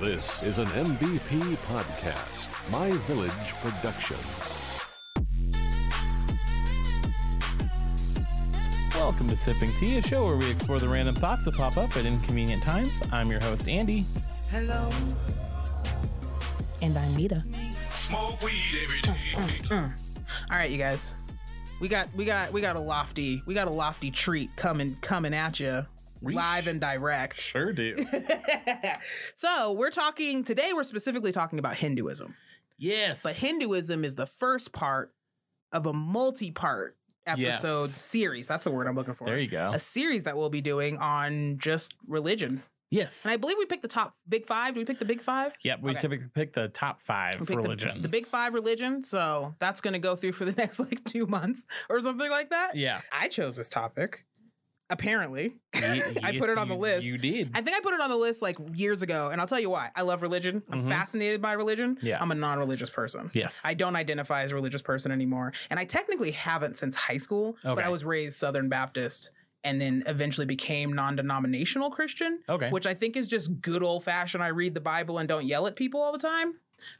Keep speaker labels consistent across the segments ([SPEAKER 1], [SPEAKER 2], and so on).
[SPEAKER 1] This is an MVP podcast, My Village Productions.
[SPEAKER 2] Welcome to Sipping Tea, a show where we explore the random thoughts that pop up at inconvenient times. I'm your host, Andy.
[SPEAKER 3] Hello.
[SPEAKER 4] And I'm Nita.
[SPEAKER 5] Smoke weed every day.
[SPEAKER 3] Mm, All right, you guys. We got we got we got a lofty we got a lofty treat coming coming at you live and direct.
[SPEAKER 2] Sure do.
[SPEAKER 3] So, we're talking today we're specifically talking about Hinduism.
[SPEAKER 2] yes.
[SPEAKER 3] But Hinduism is the first part of a multi-part episode
[SPEAKER 2] Yes.
[SPEAKER 3] series. That's the word I'm looking for.
[SPEAKER 2] There you go.
[SPEAKER 3] A series that we'll be doing on just religion.
[SPEAKER 2] yes.
[SPEAKER 3] And I believe we picked the top big 5. Do we pick the big 5?
[SPEAKER 2] yep. We
[SPEAKER 3] Okay.
[SPEAKER 2] typically pick the top five
[SPEAKER 3] We picked the-
[SPEAKER 2] religions.
[SPEAKER 3] The, big five religion. So that's going to go through for the next like two months or something like that.
[SPEAKER 2] Yeah.
[SPEAKER 3] I chose this topic. Apparently,
[SPEAKER 2] I
[SPEAKER 3] put it on the list.
[SPEAKER 2] You did.
[SPEAKER 3] I think I put it on the list like years ago, and I'll tell you why. I love religion. I'm
[SPEAKER 2] Mhm.
[SPEAKER 3] fascinated by religion.
[SPEAKER 2] Yeah.
[SPEAKER 3] I'm a non-religious person.
[SPEAKER 2] yes.
[SPEAKER 3] I don't identify as a religious person anymore, and I technically haven't since high school. But
[SPEAKER 2] Okay.
[SPEAKER 3] I was raised Southern Baptist, and then eventually became non-denominational Christian.
[SPEAKER 2] Okay.
[SPEAKER 3] which I think is just good old-fashioned. I read the Bible and don't yell at people all the time.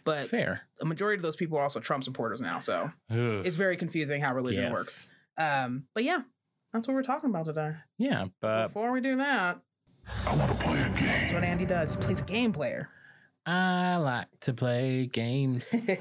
[SPEAKER 3] But
[SPEAKER 2] Fair.
[SPEAKER 3] a majority of those people are also Trump supporters now, so
[SPEAKER 2] Ugh.
[SPEAKER 3] it's very confusing how religion
[SPEAKER 2] Yes.
[SPEAKER 3] works. Um, but yeah, that's what we're talking about today.
[SPEAKER 2] Yeah, but
[SPEAKER 3] Before we do that, I want to play a game. That's what Andy does. He plays a game player.
[SPEAKER 2] I like to play games.
[SPEAKER 3] All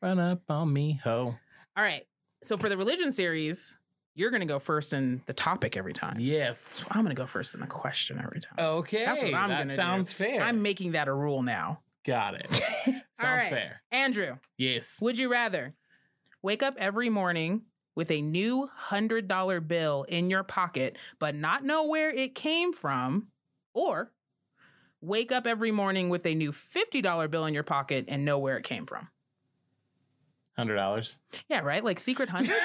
[SPEAKER 2] Run up on me, ho.
[SPEAKER 3] right. So for the religion series, you're going to go first in the topic every time.
[SPEAKER 2] Yes.
[SPEAKER 3] I'm going to go first in the question every time.
[SPEAKER 2] Okay.
[SPEAKER 3] That's what I'm
[SPEAKER 2] that
[SPEAKER 3] gonna do.
[SPEAKER 2] sounds fair.
[SPEAKER 3] I'm making that a rule now.
[SPEAKER 2] Got it. sounds
[SPEAKER 3] right.
[SPEAKER 2] fair.
[SPEAKER 3] Andrew,
[SPEAKER 2] Yes.
[SPEAKER 3] would you rather wake up every morning with a new $100 bill in your pocket, but not know where it came from, or wake up every morning with a new $50 bill in your pocket and know where it came from?
[SPEAKER 2] Hundred dollars.
[SPEAKER 3] Yeah, right? Like secret hundred?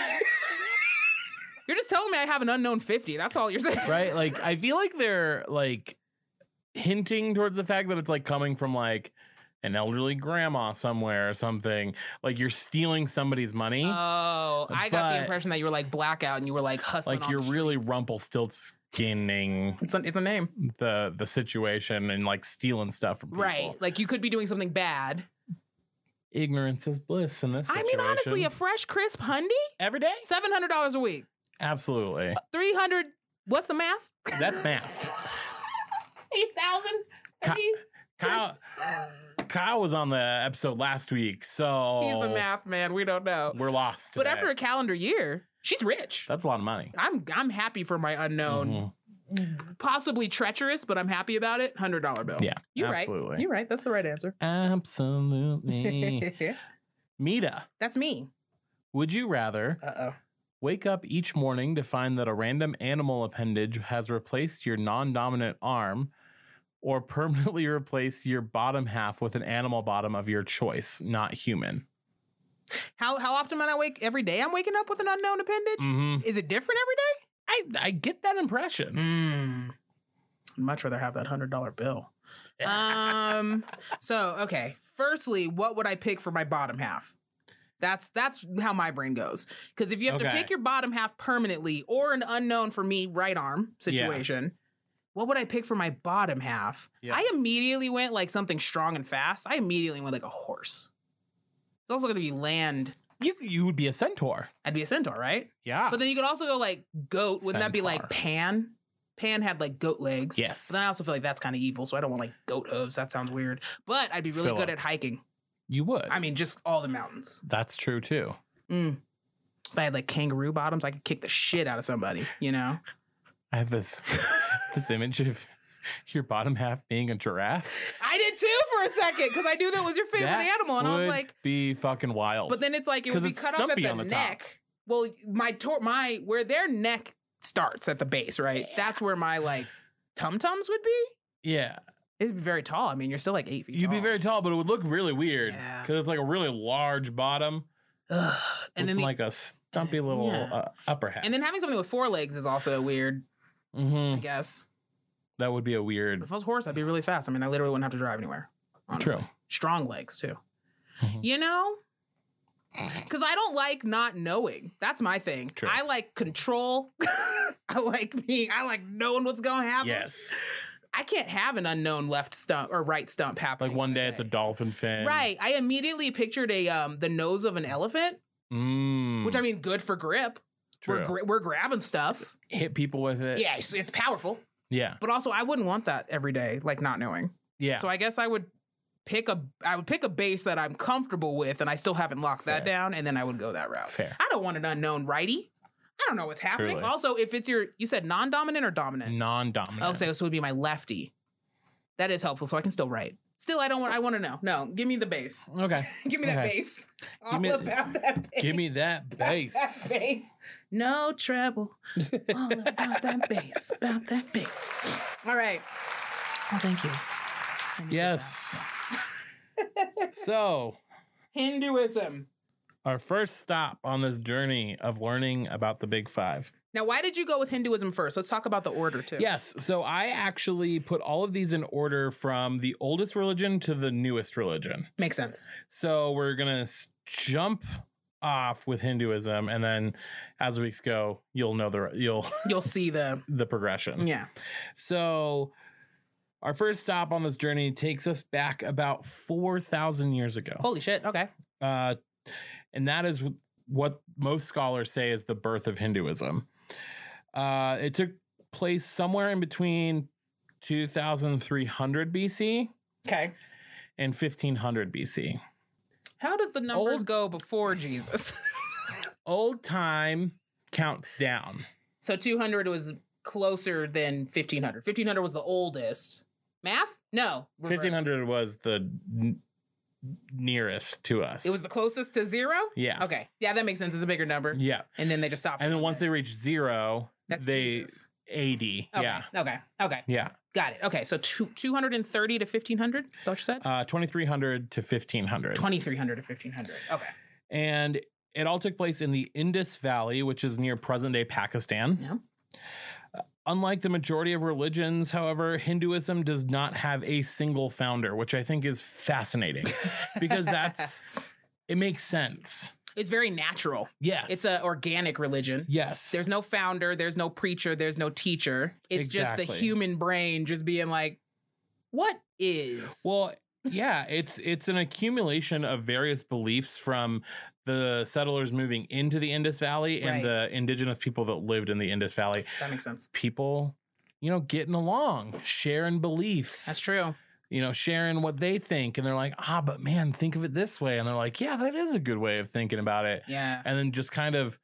[SPEAKER 3] you're just telling me I have an unknown 50. That's all you're saying.
[SPEAKER 2] right? Like I feel like they're like hinting towards the fact that it's like coming from like an elderly grandma somewhere or something. Like you're stealing somebody's money.
[SPEAKER 3] Oh, I got the
[SPEAKER 2] But-
[SPEAKER 3] impression that you were like blackout and you were like hustling.
[SPEAKER 2] like
[SPEAKER 3] on
[SPEAKER 2] you're
[SPEAKER 3] the
[SPEAKER 2] really
[SPEAKER 3] streets.
[SPEAKER 2] rumpelstiltskinning
[SPEAKER 3] It's a, it's a name.
[SPEAKER 2] the the situation and like stealing stuff from people.
[SPEAKER 3] Right. Like you could be doing something bad.
[SPEAKER 2] Ignorance is bliss in this
[SPEAKER 3] I
[SPEAKER 2] situation.
[SPEAKER 3] mean, honestly, a fresh, crisp hundy?
[SPEAKER 2] every day?
[SPEAKER 3] $700 a week.
[SPEAKER 2] Absolutely.
[SPEAKER 3] 300 what's the math
[SPEAKER 2] That's math.
[SPEAKER 3] 8000
[SPEAKER 2] Ca-
[SPEAKER 3] He-
[SPEAKER 2] Kyle Kyle was on the episode last week, so
[SPEAKER 3] he's the math man we don't know
[SPEAKER 2] We're lost.
[SPEAKER 3] but
[SPEAKER 2] today.
[SPEAKER 3] after a calendar year she's rich
[SPEAKER 2] that's a lot of money.
[SPEAKER 3] i'm i'm happy for my unknown
[SPEAKER 2] Mm-hmm.
[SPEAKER 3] possibly treacherous but i'm happy about it $100 bill
[SPEAKER 2] Yeah,
[SPEAKER 3] you're
[SPEAKER 2] absolutely.
[SPEAKER 3] right you're right that's the right answer
[SPEAKER 2] Absolutely. Mita,
[SPEAKER 3] that's me
[SPEAKER 2] would you rather
[SPEAKER 3] uh-oh
[SPEAKER 2] wake up each morning to find that a random animal appendage has replaced your non dominant arm or permanently replace your bottom half with an animal bottom of your choice, not human?
[SPEAKER 3] how how often am i awake every day i'm waking up with an unknown appendage
[SPEAKER 2] hmm
[SPEAKER 3] is it different every day
[SPEAKER 2] I, I get that impression.
[SPEAKER 3] Mm. I'd much rather have that hundred dollar bill. um. So okay. Firstly, what would I pick for my bottom half? That's that's how my brain goes. Because if you have to
[SPEAKER 2] Okay.
[SPEAKER 3] pick your bottom half permanently or an unknown for me right arm situation, what would I pick for my bottom half?
[SPEAKER 2] Yeah.
[SPEAKER 3] I immediately went like something strong and fast. I immediately went like a horse. It's also going to be land.
[SPEAKER 2] You, you would be a centaur.
[SPEAKER 3] I'd be a centaur, right?
[SPEAKER 2] Yeah.
[SPEAKER 3] But then you could also go like goat. Wouldn't that be
[SPEAKER 2] Centaur.
[SPEAKER 3] like pan? Pan had like goat legs.
[SPEAKER 2] Yes.
[SPEAKER 3] But then I also feel like that's kind of evil, so I don't want like goat hooves. That sounds weird. But I'd be really
[SPEAKER 2] Fill
[SPEAKER 3] good
[SPEAKER 2] up.
[SPEAKER 3] at hiking.
[SPEAKER 2] you would.
[SPEAKER 3] I mean, just all the mountains.
[SPEAKER 2] That's true too.
[SPEAKER 3] Mm. If I had like kangaroo bottoms, I could kick the shit out of somebody, you know?
[SPEAKER 2] I have this this image of your bottom half being a giraffe.
[SPEAKER 3] I did too for a second because I knew that was your favorite
[SPEAKER 2] That
[SPEAKER 3] animal. And I was
[SPEAKER 2] would
[SPEAKER 3] like,
[SPEAKER 2] be fucking wild.
[SPEAKER 3] but then it's like it would
[SPEAKER 2] 'Cause
[SPEAKER 3] be
[SPEAKER 2] it's
[SPEAKER 3] cut off at
[SPEAKER 2] stumpy
[SPEAKER 3] the,
[SPEAKER 2] on the top.
[SPEAKER 3] neck. Well, my tor- my where their neck starts at the base, right? That's where my like tum tums would be.
[SPEAKER 2] yeah,
[SPEAKER 3] It'd be very tall. I mean, you're still like eight feet.
[SPEAKER 2] You'd be
[SPEAKER 3] tall.
[SPEAKER 2] very tall, but it would look really weird
[SPEAKER 3] Yeah.
[SPEAKER 2] because it's like a really large bottom
[SPEAKER 3] Ugh. and then the,
[SPEAKER 2] like a stumpy little
[SPEAKER 3] Yeah.
[SPEAKER 2] uh, upper half.
[SPEAKER 3] and then having something with four legs is also weird. I
[SPEAKER 2] Mhm.
[SPEAKER 3] guess
[SPEAKER 2] that would be a weird.
[SPEAKER 3] if I was a horse, I'd be really fast. I mean, I literally wouldn't have to drive anywhere. honestly.
[SPEAKER 2] True.
[SPEAKER 3] strong legs too.
[SPEAKER 2] Mhm.
[SPEAKER 3] You know, because I don't like not knowing. That's my thing.
[SPEAKER 2] True.
[SPEAKER 3] I like control. I like being. I like knowing what's going to happen.
[SPEAKER 2] Yes.
[SPEAKER 3] I can't have an unknown left stump or right stump happening.
[SPEAKER 2] Like one day it's a dolphin fin.
[SPEAKER 3] Right. I immediately pictured a um the nose of an elephant,
[SPEAKER 2] Mm,
[SPEAKER 3] which I mean, good for grip. We're
[SPEAKER 2] True. Eh.
[SPEAKER 3] gri- we're grabbing stuff.
[SPEAKER 2] hit people with it.
[SPEAKER 3] Yeah, it's, it's powerful.
[SPEAKER 2] Yeah.
[SPEAKER 3] But also, I wouldn't want that every day, like not knowing.
[SPEAKER 2] Yeah.
[SPEAKER 3] So I guess I would pick a I would pick a base that I'm comfortable with, and I still haven't locked that
[SPEAKER 2] Fair.
[SPEAKER 3] down, and then I would go that route.
[SPEAKER 2] Fair.
[SPEAKER 3] I don't want an unknown righty. I don't know what's happening.
[SPEAKER 2] Truly.
[SPEAKER 3] Also, if it's your you said non-dominant or dominant.
[SPEAKER 2] Non-dominant.
[SPEAKER 3] Oh, so so it would be my lefty. That is helpful, so I can still write. Still, I don't want. I want to know. No, give me the base.
[SPEAKER 2] Okay.
[SPEAKER 3] give me that
[SPEAKER 2] Okay.
[SPEAKER 3] base.
[SPEAKER 2] Give
[SPEAKER 3] All
[SPEAKER 2] me-
[SPEAKER 3] about that base.
[SPEAKER 2] Give me that
[SPEAKER 3] That
[SPEAKER 2] bass.
[SPEAKER 3] bass. No trouble. All about that bass. About that bass. All right.
[SPEAKER 4] Oh, thank you.
[SPEAKER 2] yes. so
[SPEAKER 3] Hinduism.
[SPEAKER 2] our first stop on this journey of learning about the big five.
[SPEAKER 3] Now, why did you go with Hinduism first? Let's talk about the order too.
[SPEAKER 2] Yes. So I actually put all of these in order from the oldest religion to the newest religion.
[SPEAKER 3] Makes sense.
[SPEAKER 2] So we're gonna s- jump off with Hinduism, and then as weeks go, you'll know the you'll
[SPEAKER 3] You'll see the
[SPEAKER 2] the progression.
[SPEAKER 3] yeah.
[SPEAKER 2] So our first stop on this journey takes us back about four thousand years ago,
[SPEAKER 3] Holy shit. Okay.
[SPEAKER 2] uh, and that is what most scholars say is the birth of Hinduism. Uh, it took place somewhere in between 2300 BC
[SPEAKER 3] Okay.
[SPEAKER 2] and 1500 BC.
[SPEAKER 3] How does the numbers
[SPEAKER 2] Old-
[SPEAKER 3] go before Jesus?
[SPEAKER 2] Old time counts down.
[SPEAKER 3] so 200 was closer than 1500. 1500 was the oldest. Math? No. reverse.
[SPEAKER 2] 1500 was the n- nearest to us.
[SPEAKER 3] It was the closest to zero?
[SPEAKER 2] yeah.
[SPEAKER 3] Okay. Yeah, that makes sense. It's a bigger number.
[SPEAKER 2] Yeah.
[SPEAKER 3] And then they just stopped.
[SPEAKER 2] And then once they reached zero,
[SPEAKER 3] That's
[SPEAKER 2] they
[SPEAKER 3] Jesus.
[SPEAKER 2] 80.
[SPEAKER 3] Okay.
[SPEAKER 2] Yeah.
[SPEAKER 3] Okay. Okay.
[SPEAKER 2] Yeah.
[SPEAKER 3] Got it. Okay. So two, 230 to 1500? Is that what you said?
[SPEAKER 2] Uh, 2300 to 1500.
[SPEAKER 3] 2300 to 1500. Okay.
[SPEAKER 2] and it all took place in the Indus Valley, which is near present day Pakistan.
[SPEAKER 3] Yeah.
[SPEAKER 2] Uh, Unlike the majority of religions, however, Hinduism does not have a single founder, which I think is fascinating because that's it makes sense.
[SPEAKER 3] It's very natural.
[SPEAKER 2] Yes.
[SPEAKER 3] It's an organic religion.
[SPEAKER 2] yes.
[SPEAKER 3] There's no founder, there's no preacher, there's no teacher. It's just
[SPEAKER 2] Exactly.
[SPEAKER 3] the human brain just being like, what is?
[SPEAKER 2] Well, yeah, it's it's an accumulation of various beliefs from the settlers moving into the Indus Valley and the indigenous people that lived in the Indus Valley.
[SPEAKER 3] that makes sense.
[SPEAKER 2] People, you know, getting along, sharing beliefs,
[SPEAKER 3] That's true.
[SPEAKER 2] you know, sharing what they think, and they're like, ah, but man, think of it this way, and they're like, yeah, that is a good way of thinking about it,
[SPEAKER 3] Yeah.
[SPEAKER 2] and then just kind of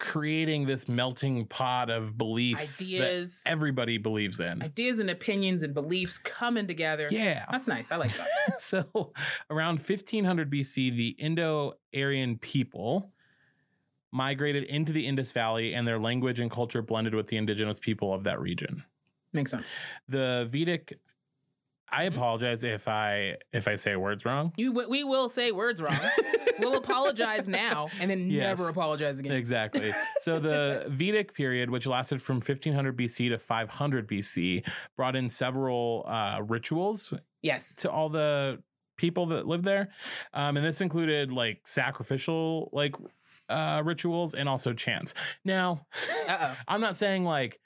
[SPEAKER 2] creating this melting pot of beliefs
[SPEAKER 3] Ideas,
[SPEAKER 2] that everybody believes in.
[SPEAKER 3] ideas and opinions and beliefs coming together.
[SPEAKER 2] Yeah.
[SPEAKER 3] That's nice. I like that.
[SPEAKER 2] so around 1500 BC, the Indo Aryan people migrated into the Indus Valley and their language and culture blended with the indigenous people of that region.
[SPEAKER 3] makes sense.
[SPEAKER 2] The Vedic I apologize if I if I say words wrong.
[SPEAKER 3] You, w- we will say words wrong. we'll apologize now and then
[SPEAKER 2] Yes.
[SPEAKER 3] never apologize again.
[SPEAKER 2] Exactly. So the Vedic period, which lasted from 1500 BC to 500 BC, brought in several uh, rituals
[SPEAKER 3] Yes.
[SPEAKER 2] to all the people that lived there. Um, and this included like sacrificial like uh, rituals and also chants. Now,
[SPEAKER 3] Uh
[SPEAKER 2] I'm not saying like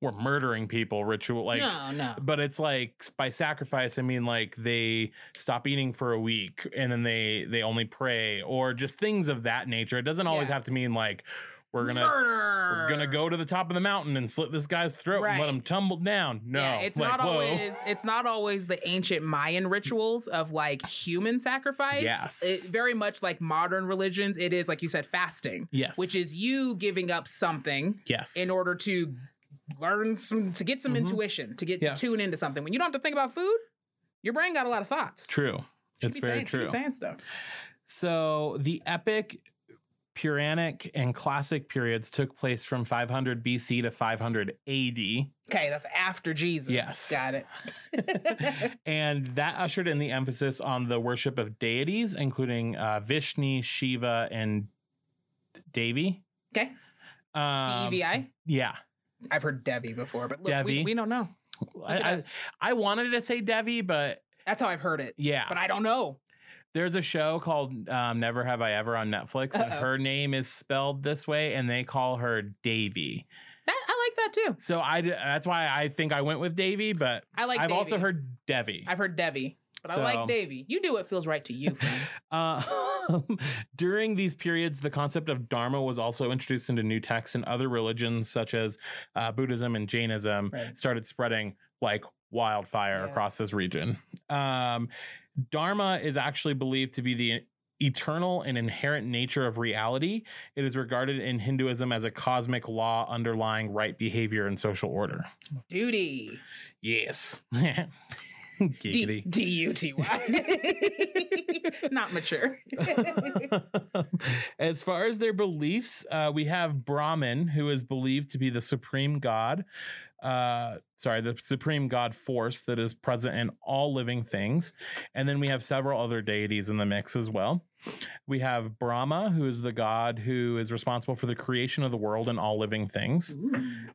[SPEAKER 2] we're murdering people ritual
[SPEAKER 3] oh.
[SPEAKER 2] like
[SPEAKER 3] No, no.
[SPEAKER 2] but it's like by sacrifice I mean like they stop eating for a week and then they they only pray or just things of that nature. It doesn't always
[SPEAKER 3] Yeah.
[SPEAKER 2] have to mean like we're going to
[SPEAKER 3] Murder.
[SPEAKER 2] we're gonna go to the top of the mountain and slit this guy's throat and let
[SPEAKER 3] Right.
[SPEAKER 2] him tumble down. No,
[SPEAKER 3] yeah, it's
[SPEAKER 2] like,
[SPEAKER 3] not
[SPEAKER 2] whoa.
[SPEAKER 3] always it's not always the ancient Mayan rituals of like human sacrifice.
[SPEAKER 2] Yes.
[SPEAKER 3] It, very much like modern religions, it is like you said, fasting,
[SPEAKER 2] Yes,
[SPEAKER 3] which is you giving up something
[SPEAKER 2] yes
[SPEAKER 3] in order to learn some to get some
[SPEAKER 2] Mhm.
[SPEAKER 3] intuition, to get
[SPEAKER 2] Yes.
[SPEAKER 3] to tune into something. When you don't have to think about food, your brain got a lot of thoughts.
[SPEAKER 2] True.
[SPEAKER 3] She
[SPEAKER 2] It's
[SPEAKER 3] be
[SPEAKER 2] very
[SPEAKER 3] saying, she be
[SPEAKER 2] true.
[SPEAKER 3] saying stuff.
[SPEAKER 2] So the epic, Puranic, and classic periods took place from 500 BC to 500 AD.
[SPEAKER 3] Okay, that's after Jesus.
[SPEAKER 2] Yes.
[SPEAKER 3] Got it.
[SPEAKER 2] and that ushered in the emphasis on the worship of deities, including uh, Vishnu, Shiva, and Devi.
[SPEAKER 3] Okay.
[SPEAKER 2] Um,
[SPEAKER 3] DEVI.
[SPEAKER 2] Yeah.
[SPEAKER 3] E I've heard Devi before, but look,
[SPEAKER 2] Devi.
[SPEAKER 3] we, we don't know.
[SPEAKER 2] I,
[SPEAKER 3] at
[SPEAKER 2] I-
[SPEAKER 3] us.
[SPEAKER 2] I wanted to say Devi, but
[SPEAKER 3] That's how I've heard it.
[SPEAKER 2] yeah.
[SPEAKER 3] But I don't know.
[SPEAKER 2] There's a show called um, Never Have I Ever on Netflix, and
[SPEAKER 3] Uh-oh.
[SPEAKER 2] her name is spelled this way, and they call her Davy.
[SPEAKER 3] That, I like that too.
[SPEAKER 2] So I d- that's why I think I went with Davy, but
[SPEAKER 3] I like
[SPEAKER 2] I've
[SPEAKER 3] Davy.
[SPEAKER 2] also heard Devi.
[SPEAKER 3] I've heard Devi, but I like
[SPEAKER 2] So-
[SPEAKER 3] Davy. You do what feels right to you. friend.
[SPEAKER 2] Uh, during these periods, the concept of dharma was also introduced into new texts, and other religions such as uh, Buddhism and Jainism
[SPEAKER 3] Right.
[SPEAKER 2] started spreading like wildfire
[SPEAKER 3] Yes.
[SPEAKER 2] across this region. Um, dharma is actually believed to be the eternal and inherent nature of reality. It is regarded in Hinduism as a cosmic law underlying right behavior and social order.
[SPEAKER 3] Duty.
[SPEAKER 2] Yes.
[SPEAKER 3] D
[SPEAKER 2] Giggity.
[SPEAKER 3] D U T Y. Not mature.
[SPEAKER 2] as far as their beliefs, uh, we have Brahman, who is believed to be the supreme god. Uh, sorry, the supreme god force that is present in all living things. And then we have several other deities in the mix as well. We have Brahma, who is the god who is responsible for the creation of the world and all living things.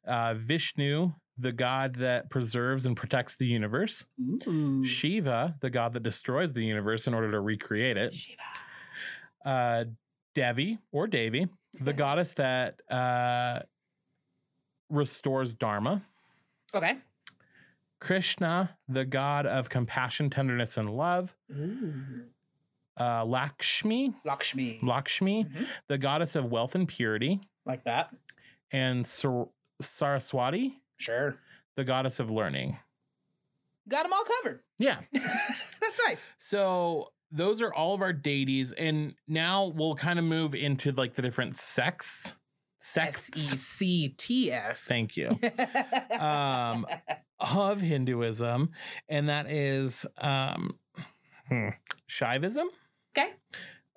[SPEAKER 2] Uh, Vishnu, the god that preserves and protects the universe.
[SPEAKER 3] Mm.
[SPEAKER 2] Shiva, the god that destroys the universe in order to recreate it. Uh, Devi or Devi, the goddess that uh, restores Dharma.
[SPEAKER 3] Okay.
[SPEAKER 2] Krishna, the god of compassion, tenderness, and love. Uh, Lakshmi,
[SPEAKER 3] Lakshmi.
[SPEAKER 2] Lakshmi,
[SPEAKER 3] Mhm.
[SPEAKER 2] the goddess of wealth and purity,
[SPEAKER 3] Like that.
[SPEAKER 2] and Sar- Saraswati,
[SPEAKER 3] Sure.
[SPEAKER 2] the goddess of learning.
[SPEAKER 3] Got them all covered.
[SPEAKER 2] Yeah.
[SPEAKER 3] That's nice.
[SPEAKER 2] So those are all of our deities, and now we'll kind of move into like the different sects.
[SPEAKER 3] S E
[SPEAKER 2] Sects.
[SPEAKER 3] C T S.
[SPEAKER 2] Thank you. Um, of Hinduism, and that is um, hmm, Shaivism.
[SPEAKER 3] Okay.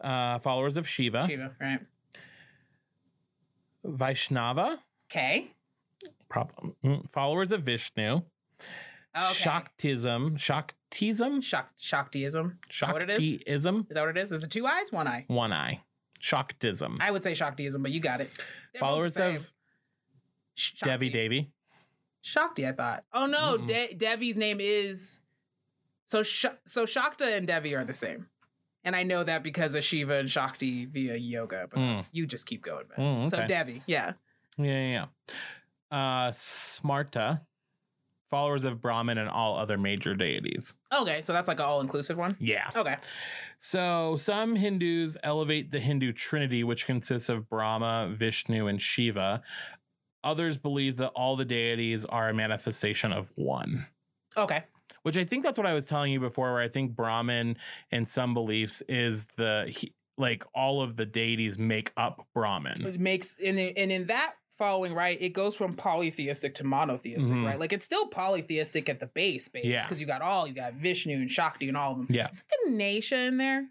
[SPEAKER 2] Uh, followers of Shiva,
[SPEAKER 3] Shiva, right.
[SPEAKER 2] Vaishnava,
[SPEAKER 3] Okay.
[SPEAKER 2] problem, mm, followers of Vishnu,
[SPEAKER 3] Okay.
[SPEAKER 2] Shaktism, Shaktism,
[SPEAKER 3] Shock, Shaktiism. that what it is?
[SPEAKER 2] Shaktiism,
[SPEAKER 3] Is that what it is? Is it two eyes, one eye?
[SPEAKER 2] one eye, Shaktism,
[SPEAKER 3] I would say Shaktiism, but you got it. They're both
[SPEAKER 2] followers
[SPEAKER 3] the
[SPEAKER 2] of
[SPEAKER 3] same. Sh-
[SPEAKER 2] Devi
[SPEAKER 3] Shakti.
[SPEAKER 2] Devi.
[SPEAKER 3] Shakti, I thought. Oh no,
[SPEAKER 2] Mm-mm.
[SPEAKER 3] De- Devi's name is so. Sh- so Shakta and Devi are the same, and I know that because of Shiva and Shakti via yoga. But
[SPEAKER 2] Mm.
[SPEAKER 3] that's- you just keep going, man.
[SPEAKER 2] Mm,
[SPEAKER 3] So
[SPEAKER 2] okay.
[SPEAKER 3] Devi, yeah,
[SPEAKER 2] Yeah, yeah, yeah. Uh, Smarta, followers of Brahman and all other major deities.
[SPEAKER 3] okay. So that's like an all-inclusive one.
[SPEAKER 2] Yeah.
[SPEAKER 3] Okay,
[SPEAKER 2] So some Hindus elevate the Hindu trinity, which consists of Brahma, Vishnu, and Shiva. Others believe that all the deities are a manifestation of one.
[SPEAKER 3] okay,
[SPEAKER 2] Which I think that's what I was telling you before, where I think Brahman in some beliefs is the he, like all of the deities make up Brahman.
[SPEAKER 3] it makes and in, and in that following right, it goes from polytheistic to monotheistic,
[SPEAKER 2] Mhm.
[SPEAKER 3] right? Like it's still polytheistic at the base, base,
[SPEAKER 2] Yeah.
[SPEAKER 3] because you got all, you got Vishnu and Shakti and all of them.
[SPEAKER 2] Yeah.
[SPEAKER 3] Is Ganesha in there?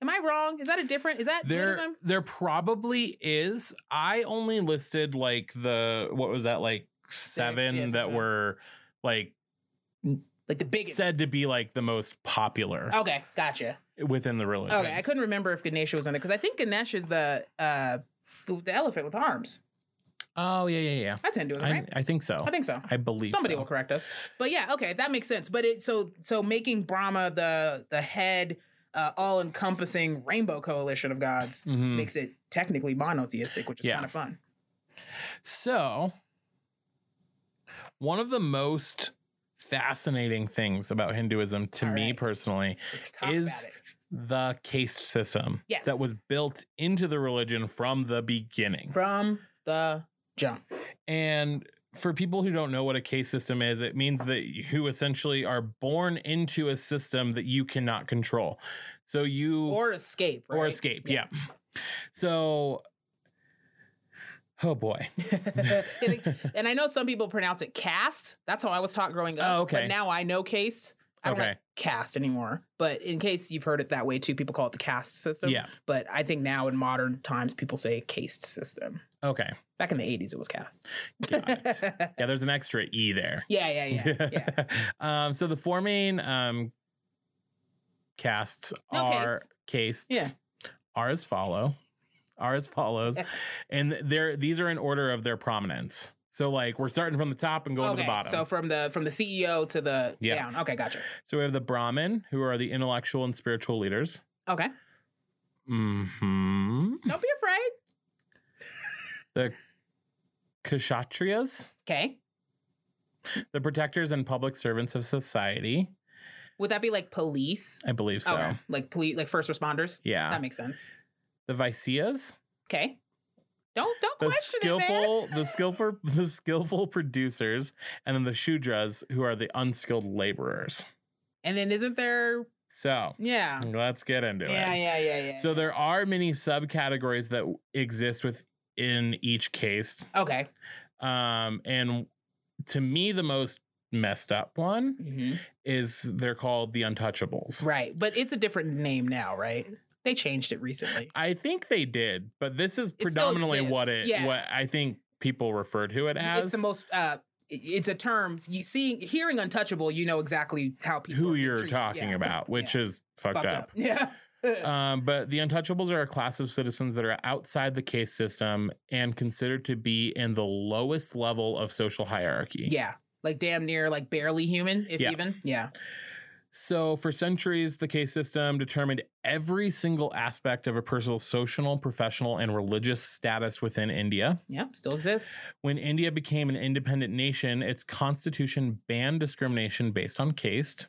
[SPEAKER 3] Am I wrong? Is that a different? Is that
[SPEAKER 2] There,
[SPEAKER 3] Buddhism?
[SPEAKER 2] there probably is. I only listed like the what was that like seven
[SPEAKER 3] yeah,
[SPEAKER 2] that
[SPEAKER 3] something.
[SPEAKER 2] were like
[SPEAKER 3] Like the uh-huh. biggest
[SPEAKER 2] said to be like the most popular
[SPEAKER 3] Okay, gotcha.
[SPEAKER 2] within the religion.
[SPEAKER 3] Oh. Okay, I couldn't remember if Ganesha was in there because I think Ganesh is the uh the, the elephant with arms.
[SPEAKER 2] oh yeah, yeah, yeah.
[SPEAKER 3] That's Hinduism,
[SPEAKER 2] I,
[SPEAKER 3] right?
[SPEAKER 2] I think so.
[SPEAKER 3] I think so.
[SPEAKER 2] I believe
[SPEAKER 3] Somebody
[SPEAKER 2] so.
[SPEAKER 3] will correct us. But yeah, okay, that makes sense. But it so so making Brahma the the head, uh, all encompassing rainbow coalition of gods
[SPEAKER 2] Mhm.
[SPEAKER 3] makes it technically monotheistic, which is
[SPEAKER 2] Yeah.
[SPEAKER 3] kind of fun.
[SPEAKER 2] So, one of the most fascinating things about Hinduism to
[SPEAKER 3] All
[SPEAKER 2] me
[SPEAKER 3] right.
[SPEAKER 2] personally
[SPEAKER 3] Let's talk
[SPEAKER 2] Is-
[SPEAKER 3] about it
[SPEAKER 2] the caste system
[SPEAKER 3] Yes.
[SPEAKER 2] that was built into the religion from the beginning.
[SPEAKER 3] from the jump.
[SPEAKER 2] And for people who don't know what a case system is, it means that you essentially are born into a system that you cannot control. So you
[SPEAKER 3] Or escape, right?
[SPEAKER 2] or escape, yeah. So oh boy.
[SPEAKER 3] and, and I know some people pronounce it cast. That's how I was taught growing up.
[SPEAKER 2] Oh, okay.
[SPEAKER 3] But now I know cast. I don't
[SPEAKER 2] Okay.
[SPEAKER 3] like cast anymore. But in case you've heard it that way too, people call it the cast system.
[SPEAKER 2] Yeah.
[SPEAKER 3] But I think now in modern times, people say caste system.
[SPEAKER 2] Okay.
[SPEAKER 3] Back in the 80s, it was cast.
[SPEAKER 2] Got it. Yeah, there's an extra E there.
[SPEAKER 3] yeah, yeah, yeah. yeah.
[SPEAKER 2] um, so the four main um, casts
[SPEAKER 3] No
[SPEAKER 2] are castes
[SPEAKER 3] Yeah.
[SPEAKER 2] are as follow are as follows, and they're these are in order of their prominence. So like we're starting from the top and going
[SPEAKER 3] okay.
[SPEAKER 2] to the bottom.
[SPEAKER 3] So from the from the CEO to the
[SPEAKER 2] Yeah.
[SPEAKER 3] down. Okay, gotcha.
[SPEAKER 2] so we have the Brahmin, who are the intellectual and spiritual leaders. Mm-hmm.
[SPEAKER 3] Okay.
[SPEAKER 2] hmm
[SPEAKER 3] Don't be afraid.
[SPEAKER 2] The kshatriyas,
[SPEAKER 3] Okay.
[SPEAKER 2] the protectors and public servants of society.
[SPEAKER 3] Would that be like police?
[SPEAKER 2] I believe so. Uh.
[SPEAKER 3] Okay. Like police, like first responders.
[SPEAKER 2] Yeah.
[SPEAKER 3] That makes sense.
[SPEAKER 2] the Viseas,
[SPEAKER 3] Okay. Don't don't
[SPEAKER 2] the
[SPEAKER 3] question it, man.
[SPEAKER 2] skillful, the skillful, the skillful producers, and then the Shudras, who are the unskilled laborers.
[SPEAKER 3] And then isn't there?
[SPEAKER 2] So
[SPEAKER 3] Yeah.
[SPEAKER 2] let's get into it.
[SPEAKER 3] Yeah, yeah, yeah, yeah.
[SPEAKER 2] So there are many subcategories that w- exist within each case.
[SPEAKER 3] okay.
[SPEAKER 2] Um, and to me, the most messed up one
[SPEAKER 3] Mhm.
[SPEAKER 2] is they're called the Untouchables.
[SPEAKER 3] Right, but it's a different name now, right? They changed it recently.
[SPEAKER 2] I think they did, but this is
[SPEAKER 3] still
[SPEAKER 2] predominantly what it
[SPEAKER 3] exists, yeah.
[SPEAKER 2] what I think people refer to it
[SPEAKER 3] it's
[SPEAKER 2] as.
[SPEAKER 3] the most. uh it- It's a term. You see, hearing untouchable, you know exactly how people.
[SPEAKER 2] who
[SPEAKER 3] are being
[SPEAKER 2] you're
[SPEAKER 3] treated.
[SPEAKER 2] talking
[SPEAKER 3] Yeah.
[SPEAKER 2] about, which
[SPEAKER 3] Yeah.
[SPEAKER 2] is fucked,
[SPEAKER 3] Fucked
[SPEAKER 2] up.
[SPEAKER 3] Yeah.
[SPEAKER 2] Um, but the untouchables are a class of citizens that are outside the case system and considered to be in the lowest level of social hierarchy.
[SPEAKER 3] yeah. Like damn near, like barely human, if
[SPEAKER 2] Yeah.
[SPEAKER 3] even. Yeah.
[SPEAKER 2] So, for centuries, the case system determined every single aspect of a person's social, professional, and religious status within India.
[SPEAKER 3] Yep. Still exists.
[SPEAKER 2] When India became an independent nation, its constitution banned discrimination based on caste.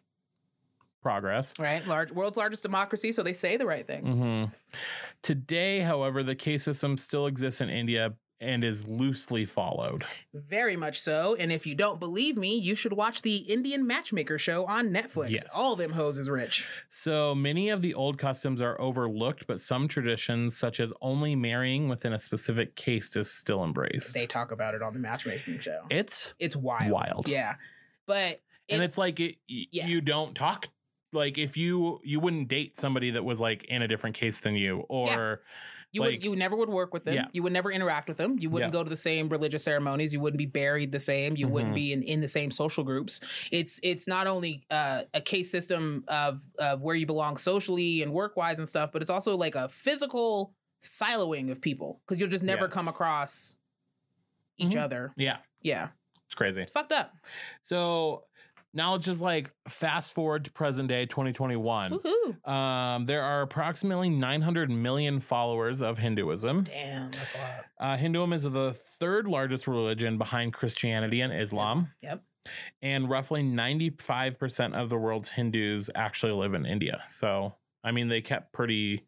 [SPEAKER 2] Progress.
[SPEAKER 3] Right. Large world's largest democracy, so they say the right thing.
[SPEAKER 2] Mhm. Today, however, the case system still exists in India and is loosely followed.
[SPEAKER 3] Very much so. And if you don't believe me, you should watch the Indian Matchmaker show on Netflix.
[SPEAKER 2] Yes.
[SPEAKER 3] All them hoes is rich.
[SPEAKER 2] So many of the old customs are overlooked, but some traditions, such as only marrying within a specific caste, is still embraced.
[SPEAKER 3] They talk about it on the matchmaking show.
[SPEAKER 2] it's
[SPEAKER 3] It's wild.
[SPEAKER 2] Wild.
[SPEAKER 3] Yeah. But
[SPEAKER 2] and
[SPEAKER 3] it-
[SPEAKER 2] it's like it, y-
[SPEAKER 3] Yeah.
[SPEAKER 2] you don't talk like if you you wouldn't date somebody that was like in a different case than you or
[SPEAKER 3] you
[SPEAKER 2] like-
[SPEAKER 3] would you never would work with them.
[SPEAKER 2] Yeah.
[SPEAKER 3] You would never interact with them. You wouldn't
[SPEAKER 2] Yeah.
[SPEAKER 3] go to the same religious ceremonies. You wouldn't be buried the same. You
[SPEAKER 2] Mhm.
[SPEAKER 3] wouldn't be in, in the same social groups. It's it's not only uh, a case system of of where you belong socially and work wise and stuff, but it's also like a physical siloing of people because you'll just never
[SPEAKER 2] Yes.
[SPEAKER 3] come across each
[SPEAKER 2] Mhm.
[SPEAKER 3] other.
[SPEAKER 2] yeah
[SPEAKER 3] Yeah,
[SPEAKER 2] it's crazy
[SPEAKER 3] it's fucked up.
[SPEAKER 2] so now it's just like fast forward to present day 2021
[SPEAKER 3] Woohoo!
[SPEAKER 2] Um, there are approximately 900 million followers of Hinduism.
[SPEAKER 3] Damn, that's a lot.
[SPEAKER 2] Uh, Hinduism is the third largest religion behind Christianity and Islam.
[SPEAKER 3] Yep.
[SPEAKER 2] And roughly 95% of the world's Hindus actually live in India. So, I mean, they kept pretty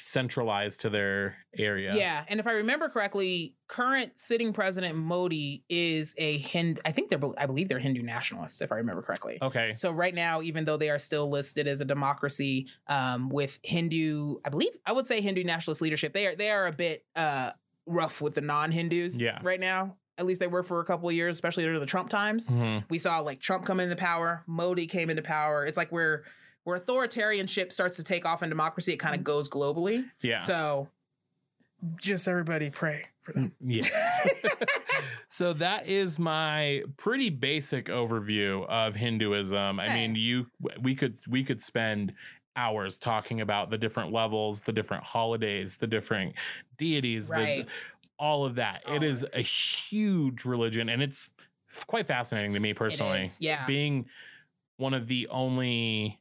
[SPEAKER 2] centralized to their area.
[SPEAKER 3] Yeah. and if I remember correctly, current sitting president Modi is a Hindu. I think they're, I believe they're Hindu nationalists. If I remember correctly.
[SPEAKER 2] Okay.
[SPEAKER 3] So right now, even though they are still listed as a democracy, um, with Hindu, I believe I would say Hindu nationalist leadership, they are they are a bit uh, rough with the non-Hindus
[SPEAKER 2] Yeah.
[SPEAKER 3] right now. At least they were for a couple of years, especially during the Trump times.
[SPEAKER 2] Mhm.
[SPEAKER 3] We saw like Trump come into power, Modi came into power. It's like where where authoritarianship starts to take off in democracy, it kind
[SPEAKER 2] Hmm.
[SPEAKER 3] of goes globally.
[SPEAKER 2] Yeah.
[SPEAKER 3] So just everybody pray for them.
[SPEAKER 2] yeah. so that is my pretty basic overview of Hinduism. I
[SPEAKER 3] Okay.
[SPEAKER 2] mean, you we could we could spend hours talking about the different levels, the different holidays, the different deities,
[SPEAKER 3] Right. Oh.
[SPEAKER 2] the, all of that.
[SPEAKER 3] All
[SPEAKER 2] it
[SPEAKER 3] of
[SPEAKER 2] is a huge religion and it's f- quite fascinating to me personally.
[SPEAKER 3] is, yeah.
[SPEAKER 2] Being one of the only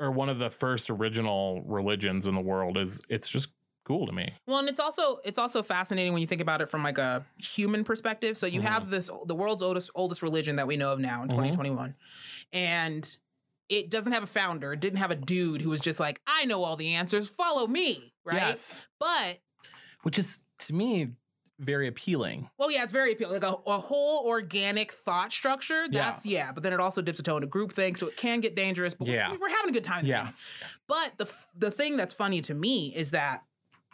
[SPEAKER 2] or one of the first original religions in the world is it's just cool to me.
[SPEAKER 3] Well, and it's also it's also fascinating when you think about it from like a human perspective. So you
[SPEAKER 2] Mhm.
[SPEAKER 3] have this the world's oldest oldest religion that we know of now in
[SPEAKER 2] Mhm.
[SPEAKER 3] 2021, and it doesn't have a founder. It didn't have a dude who was just like, I know all the answers, follow me, right?
[SPEAKER 2] Yes.
[SPEAKER 3] But
[SPEAKER 2] which is to me very appealing.
[SPEAKER 3] well, yeah, it's very appealing. Like a, a whole organic thought structure. That's yeah. But then it also dips a toe into groupthink, so it can get dangerous. But we're-
[SPEAKER 2] Yeah.
[SPEAKER 3] we're, having a good time.
[SPEAKER 2] Yeah.
[SPEAKER 3] Yeah. But the f- the thing that's funny to me is that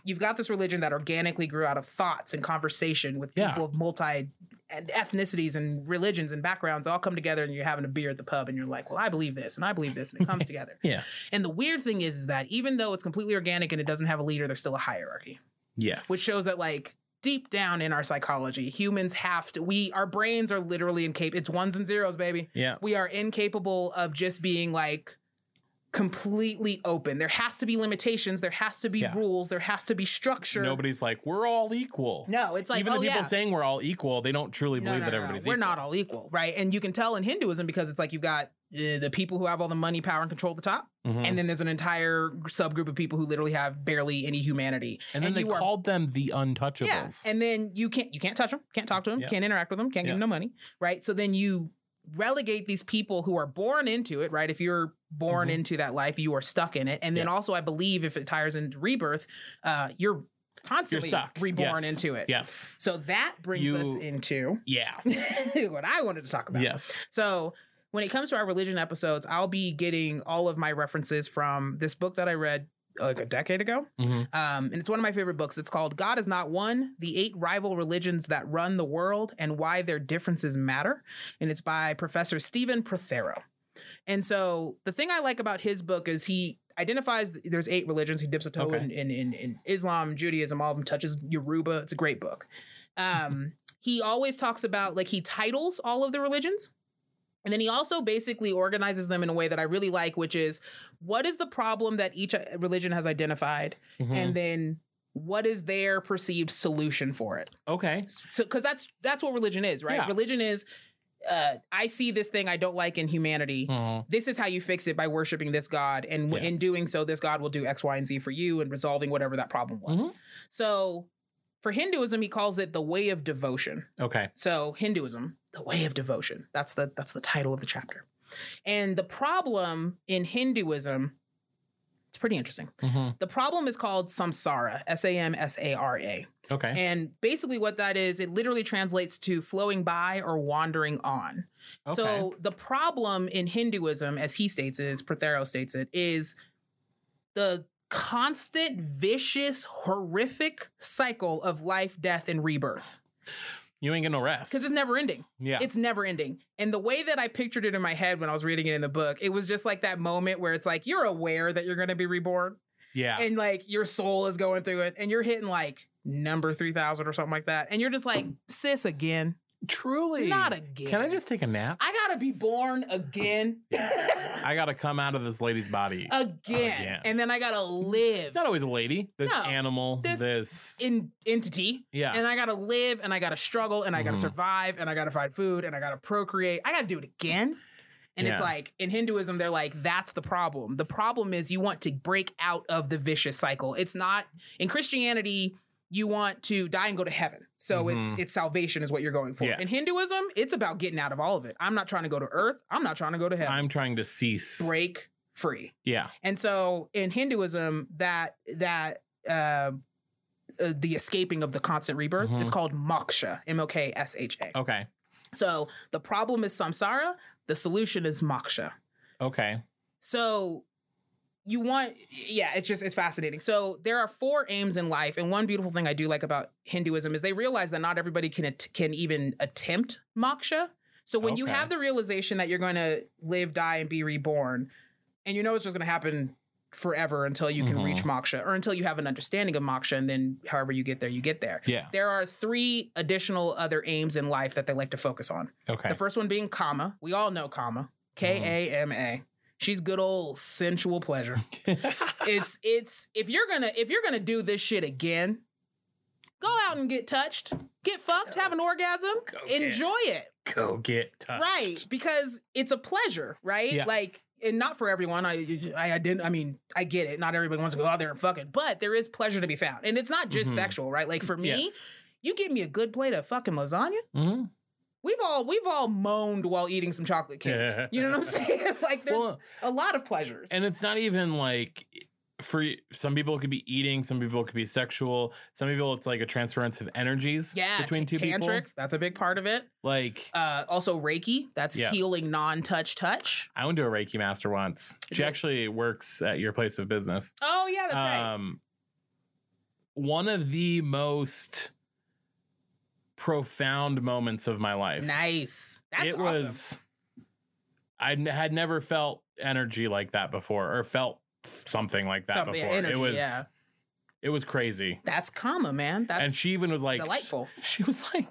[SPEAKER 3] you've got this religion that organically grew out of thoughts and conversation with
[SPEAKER 2] Yeah.
[SPEAKER 3] people of multi and ethnicities and religions and backgrounds all come together, and you're having a beer at the pub, and you're like, well, I believe this, and I believe this, and it comes together.
[SPEAKER 2] Yeah.
[SPEAKER 3] And the weird thing is, is that even though it's completely organic and it doesn't have a leader, there's still a hierarchy
[SPEAKER 2] Yes.
[SPEAKER 3] which shows that like deep down in our psychology, humans have to we our brains are literally incapable. It's ones and zeros, baby.
[SPEAKER 2] Yeah.
[SPEAKER 3] We are incapable of just being like completely open. There has to be limitations. There has to be
[SPEAKER 2] Yeah.
[SPEAKER 3] rules. There has to be structure.
[SPEAKER 2] Nobody's like, we're all equal.
[SPEAKER 3] no, it's like
[SPEAKER 2] Even
[SPEAKER 3] oh,
[SPEAKER 2] the people
[SPEAKER 3] yeah.
[SPEAKER 2] saying we're all equal, they don't truly
[SPEAKER 3] No,
[SPEAKER 2] believe
[SPEAKER 3] no,
[SPEAKER 2] that
[SPEAKER 3] no, no.
[SPEAKER 2] everybody's
[SPEAKER 3] we're
[SPEAKER 2] equal.
[SPEAKER 3] not all equal, right? And you can tell in Hinduism because it's like you've got uh, the people who have all the money, power, and control at the top.
[SPEAKER 2] Mhm.
[SPEAKER 3] And then there's an entire subgroup of people who literally have barely any humanity.
[SPEAKER 2] And then they
[SPEAKER 3] you are-
[SPEAKER 2] called them the Untouchables.
[SPEAKER 3] Yes, and then you can't you can't touch them, can't talk to them,
[SPEAKER 2] Yeah.
[SPEAKER 3] can't interact with them, can't
[SPEAKER 2] Yeah.
[SPEAKER 3] give them no money, right? So then you relegate these people who are born into it, right? If you're born
[SPEAKER 2] Mhm.
[SPEAKER 3] into that life, you are stuck in it. And then also, I believe if it tires into rebirth, uh, you're
[SPEAKER 2] You're
[SPEAKER 3] constantly
[SPEAKER 2] stuck.
[SPEAKER 3] reborn
[SPEAKER 2] Yes.
[SPEAKER 3] into it.
[SPEAKER 2] Yes.
[SPEAKER 3] So that brings us
[SPEAKER 2] You-
[SPEAKER 3] into
[SPEAKER 2] Yeah.
[SPEAKER 3] what I wanted to talk about.
[SPEAKER 2] Yes.
[SPEAKER 3] So when it comes to our religion episodes, I'll be getting all of my references from this book that I read uh, like a decade ago.
[SPEAKER 2] Mhm.
[SPEAKER 3] Um, and it's one of my favorite books. It's called God is Not One The Eight Rival Religions That Run the World and Why Their Differences Matter. And it's by Professor Stephen Prothero. And so the thing I like about his book is he identifies th- there's eight religions. He dips a toe
[SPEAKER 2] Okay.
[SPEAKER 3] in, in, in, in Islam, Judaism, all of them touches Yoruba. It's a great book. Um, he always talks about like he titles all of the religions. And then he also basically organizes them in a way that I really like, which is what is the problem that each uh, religion has identified?
[SPEAKER 2] Mhm.
[SPEAKER 3] and then what is their perceived solution for it
[SPEAKER 2] okay.
[SPEAKER 3] so because that's that's what religion is right
[SPEAKER 2] Yeah.
[SPEAKER 3] religion is uh, i see this thing i don't like in humanity
[SPEAKER 2] Mhm.
[SPEAKER 3] this is how you fix it by worshiping this god and w- in
[SPEAKER 2] Yes.
[SPEAKER 3] doing so this god will do x y and z for you and resolving whatever that problem was
[SPEAKER 2] Mhm.
[SPEAKER 3] so for hinduism he calls it the way of devotion
[SPEAKER 2] Okay.
[SPEAKER 3] so Hinduism, the way of devotion. That's the that's the title of the chapter. And the problem in Hinduism, it's pretty interesting.
[SPEAKER 2] Mhm.
[SPEAKER 3] The problem is called samsara, S A M S A R A.
[SPEAKER 2] Okay.
[SPEAKER 3] And basically what that is, it literally translates to flowing by or wandering on. So the problem in Hinduism, as he states it, as Prothero states it, is the constant, vicious, horrific cycle of life, death, and rebirth.
[SPEAKER 2] you ain't getting no rest.
[SPEAKER 3] Because it's never ending.
[SPEAKER 2] yeah.
[SPEAKER 3] It's never ending. And the way that I pictured it in my head when I was reading it in the book, it was just like that moment where it's like you're aware that you're going to be reborn
[SPEAKER 2] yeah.
[SPEAKER 3] and like your soul is going through it and you're hitting like number 3000 or something like that. And you're just like, sis, again.
[SPEAKER 2] Truly.
[SPEAKER 3] Not again.
[SPEAKER 2] Can I just take a nap?
[SPEAKER 3] I got to be born again.
[SPEAKER 2] I got to come out of this lady's body.
[SPEAKER 3] again.
[SPEAKER 2] Again.
[SPEAKER 3] And then I got to live
[SPEAKER 2] Not always a lady. This
[SPEAKER 3] No.
[SPEAKER 2] animal. This.
[SPEAKER 3] This- in entity.
[SPEAKER 2] yeah.
[SPEAKER 3] And I got to live and I got to struggle and I got to
[SPEAKER 2] Mhm.
[SPEAKER 3] survive and I got to find food and I got to procreate. I got to do it again. And it's
[SPEAKER 2] Yeah.
[SPEAKER 3] like in Hinduism, they're like, that's the problem. The problem is you want to break out of the vicious cycle. It's not in Christianity, you want to die and go to heaven. So it's
[SPEAKER 2] Mhm.
[SPEAKER 3] it's salvation is what you're going for.
[SPEAKER 2] Yeah.
[SPEAKER 3] In Hinduism, it's about getting out of all of it. I'm not trying to go to earth. I'm not trying to go to heaven.
[SPEAKER 2] I'm trying to cease.
[SPEAKER 3] break free.
[SPEAKER 2] Yeah.
[SPEAKER 3] And so in Hinduism, that that uh, uh, the escaping of the constant rebirth is
[SPEAKER 2] Mhm.
[SPEAKER 3] called moksha, M O K S H A.
[SPEAKER 2] Okay.
[SPEAKER 3] So the problem is samsara, the solution is moksha.
[SPEAKER 2] Okay.
[SPEAKER 3] So you want yeah, it's just it's fascinating. So there are four aims in life and one beautiful thing I do like about Hinduism is they realize that not everybody can at- can even attempt moksha. So when you
[SPEAKER 2] Okay.
[SPEAKER 3] have the realization that you're going to live, die and be reborn and you know it's just going to happen forever until you can
[SPEAKER 2] Mhm.
[SPEAKER 3] reach moksha or until you have an understanding of moksha and then however you get there you get there.
[SPEAKER 2] Yeah.
[SPEAKER 3] There are three additional other aims in life that they like to focus on.
[SPEAKER 2] Okay.
[SPEAKER 3] The first one being Kama. We all know Kama. K A M A. She's good old sensual pleasure. it's it's if you're gonna if you're gonna do this shit again, go out and get touched, get fucked, have an orgasm,
[SPEAKER 2] get
[SPEAKER 3] enjoy it,
[SPEAKER 2] Go get touched.
[SPEAKER 3] right? Because it's a pleasure, right?
[SPEAKER 2] Yeah.
[SPEAKER 3] Like. And not for everyone. I, I I didn't. I mean, I get it. Not everybody wants to go out there and fuck it, but there is pleasure to be found, and it's not just
[SPEAKER 2] Mhm.
[SPEAKER 3] sexual, right? Like for me,
[SPEAKER 2] Yes.
[SPEAKER 3] you give me a good plate of fucking lasagna.
[SPEAKER 2] Mhm.
[SPEAKER 3] We've all we've all moaned while eating some chocolate cake.
[SPEAKER 2] Yeah.
[SPEAKER 3] You know what I'm saying? like there's
[SPEAKER 2] Well,
[SPEAKER 3] a lot of pleasures.
[SPEAKER 2] And it's not even like for some people it could be eating, some people it could be sexual, some people it's like a transference of energies
[SPEAKER 3] yeah,
[SPEAKER 2] between
[SPEAKER 3] t-
[SPEAKER 2] two
[SPEAKER 3] tantric,
[SPEAKER 2] people.
[SPEAKER 3] that's a big part of it.
[SPEAKER 2] Like
[SPEAKER 3] Uh, also Reiki, that's
[SPEAKER 2] Yeah.
[SPEAKER 3] healing non-touch touch.
[SPEAKER 2] I went to a Reiki master once. She
[SPEAKER 3] Yeah.
[SPEAKER 2] actually works at your place of business.
[SPEAKER 3] Oh yeah, that's right.
[SPEAKER 2] um one of the most profound moments of my life.
[SPEAKER 3] Nice. That's
[SPEAKER 2] it
[SPEAKER 3] awesome.
[SPEAKER 2] was I n- had never felt energy like that before or felt something like that
[SPEAKER 3] Something-
[SPEAKER 2] before. it
[SPEAKER 3] energy,
[SPEAKER 2] was
[SPEAKER 3] yeah.
[SPEAKER 2] it was crazy.
[SPEAKER 3] that's karma, man. That's
[SPEAKER 2] and she even was like
[SPEAKER 3] delightful.
[SPEAKER 2] She was like,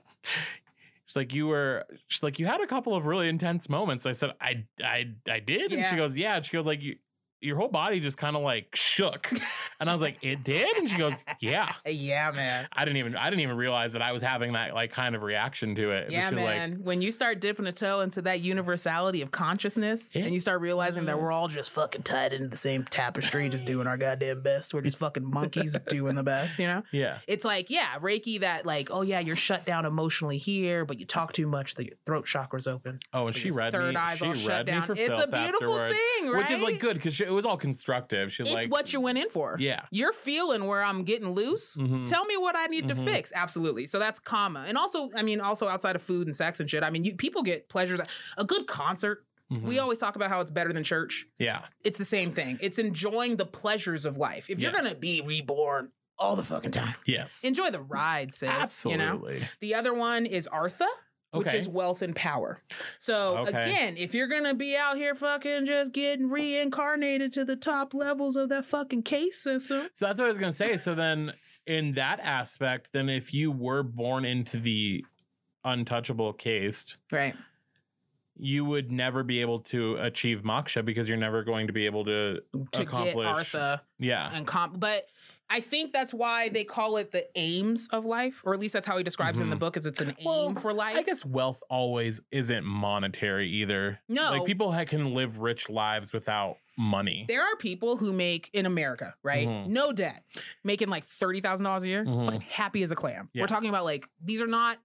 [SPEAKER 2] she's like you were. She's like you had a couple of really intense moments. I said, I, I, I did. And
[SPEAKER 3] Yeah.
[SPEAKER 2] she goes, yeah. And she goes like you. your whole body just kind of like shook. And I was like, it did? And she goes, yeah.
[SPEAKER 3] Uh, Yeah, man.
[SPEAKER 2] I didn't even I didn't even realize that I was having that like kind of reaction to it. But
[SPEAKER 3] Yeah,
[SPEAKER 2] she was
[SPEAKER 3] man. when you start dipping a toe into that universality of consciousness
[SPEAKER 2] Yeah.
[SPEAKER 3] and you start realizing that we're all just fucking tied into the same tapestry, just doing our goddamn best. We're just fucking monkeys doing the best, you know?
[SPEAKER 2] Like, yeah.
[SPEAKER 3] It's like, yeah, Reiki, that like, oh yeah, you're shut down emotionally here, but you talk too much, the throat chakra's open.
[SPEAKER 2] Oh, and she
[SPEAKER 3] your
[SPEAKER 2] read
[SPEAKER 3] third
[SPEAKER 2] me.
[SPEAKER 3] eye's
[SPEAKER 2] She
[SPEAKER 3] all
[SPEAKER 2] read
[SPEAKER 3] shut
[SPEAKER 2] me
[SPEAKER 3] down.
[SPEAKER 2] for
[SPEAKER 3] It's a
[SPEAKER 2] filth
[SPEAKER 3] beautiful
[SPEAKER 2] afterwards,
[SPEAKER 3] thing,
[SPEAKER 2] which is like
[SPEAKER 3] right?
[SPEAKER 2] good because it was all constructive. She
[SPEAKER 3] It's
[SPEAKER 2] like
[SPEAKER 3] what you went in for.
[SPEAKER 2] Yeah.
[SPEAKER 3] You're feeling where I'm getting loose.
[SPEAKER 2] Mhm.
[SPEAKER 3] Tell me what I need
[SPEAKER 2] Mhm.
[SPEAKER 3] to fix. Absolutely. So that's comma. And also, I mean, also outside of food and sex and shit, I mean, you, people get pleasures. A good concert.
[SPEAKER 2] Mhm.
[SPEAKER 3] We always talk about how it's better than church.
[SPEAKER 2] yeah
[SPEAKER 3] It's the same thing. It's enjoying the pleasures of life. If you're
[SPEAKER 2] Yeah.
[SPEAKER 3] going to be reborn all the fucking time,
[SPEAKER 2] yes
[SPEAKER 3] enjoy the ride, sis.
[SPEAKER 2] absolutely.
[SPEAKER 3] You know? The other one is Artha. Which
[SPEAKER 2] Okay.
[SPEAKER 3] is wealth and power. So
[SPEAKER 2] Okay.
[SPEAKER 3] again, if you're gonna be out here fucking just getting reincarnated to the top levels of that fucking case system,
[SPEAKER 2] So that's what I was gonna say. So then, in that aspect, then if you were born into the untouchable caste,
[SPEAKER 3] right?
[SPEAKER 2] you would never be able to achieve moksha because you're never going to be able to.
[SPEAKER 3] to get
[SPEAKER 2] accomplish. Ah.
[SPEAKER 3] Artha
[SPEAKER 2] Yeah,
[SPEAKER 3] and comp. But I think that's why they call it the aims of life, or at least that's how he describes it in the
[SPEAKER 2] Mhm.
[SPEAKER 3] book. Is it's an
[SPEAKER 2] Well,
[SPEAKER 3] aim for life?
[SPEAKER 2] I guess wealth always isn't monetary either.
[SPEAKER 3] No.
[SPEAKER 2] like people ha- can live rich lives without money.
[SPEAKER 3] there are people who make in America, right?
[SPEAKER 2] Mhm.
[SPEAKER 3] No debt, making like thirty thousand dollars a year,
[SPEAKER 2] Mhm.
[SPEAKER 3] fucking happy as a clam.
[SPEAKER 2] Yeah.
[SPEAKER 3] We're talking about like these are not.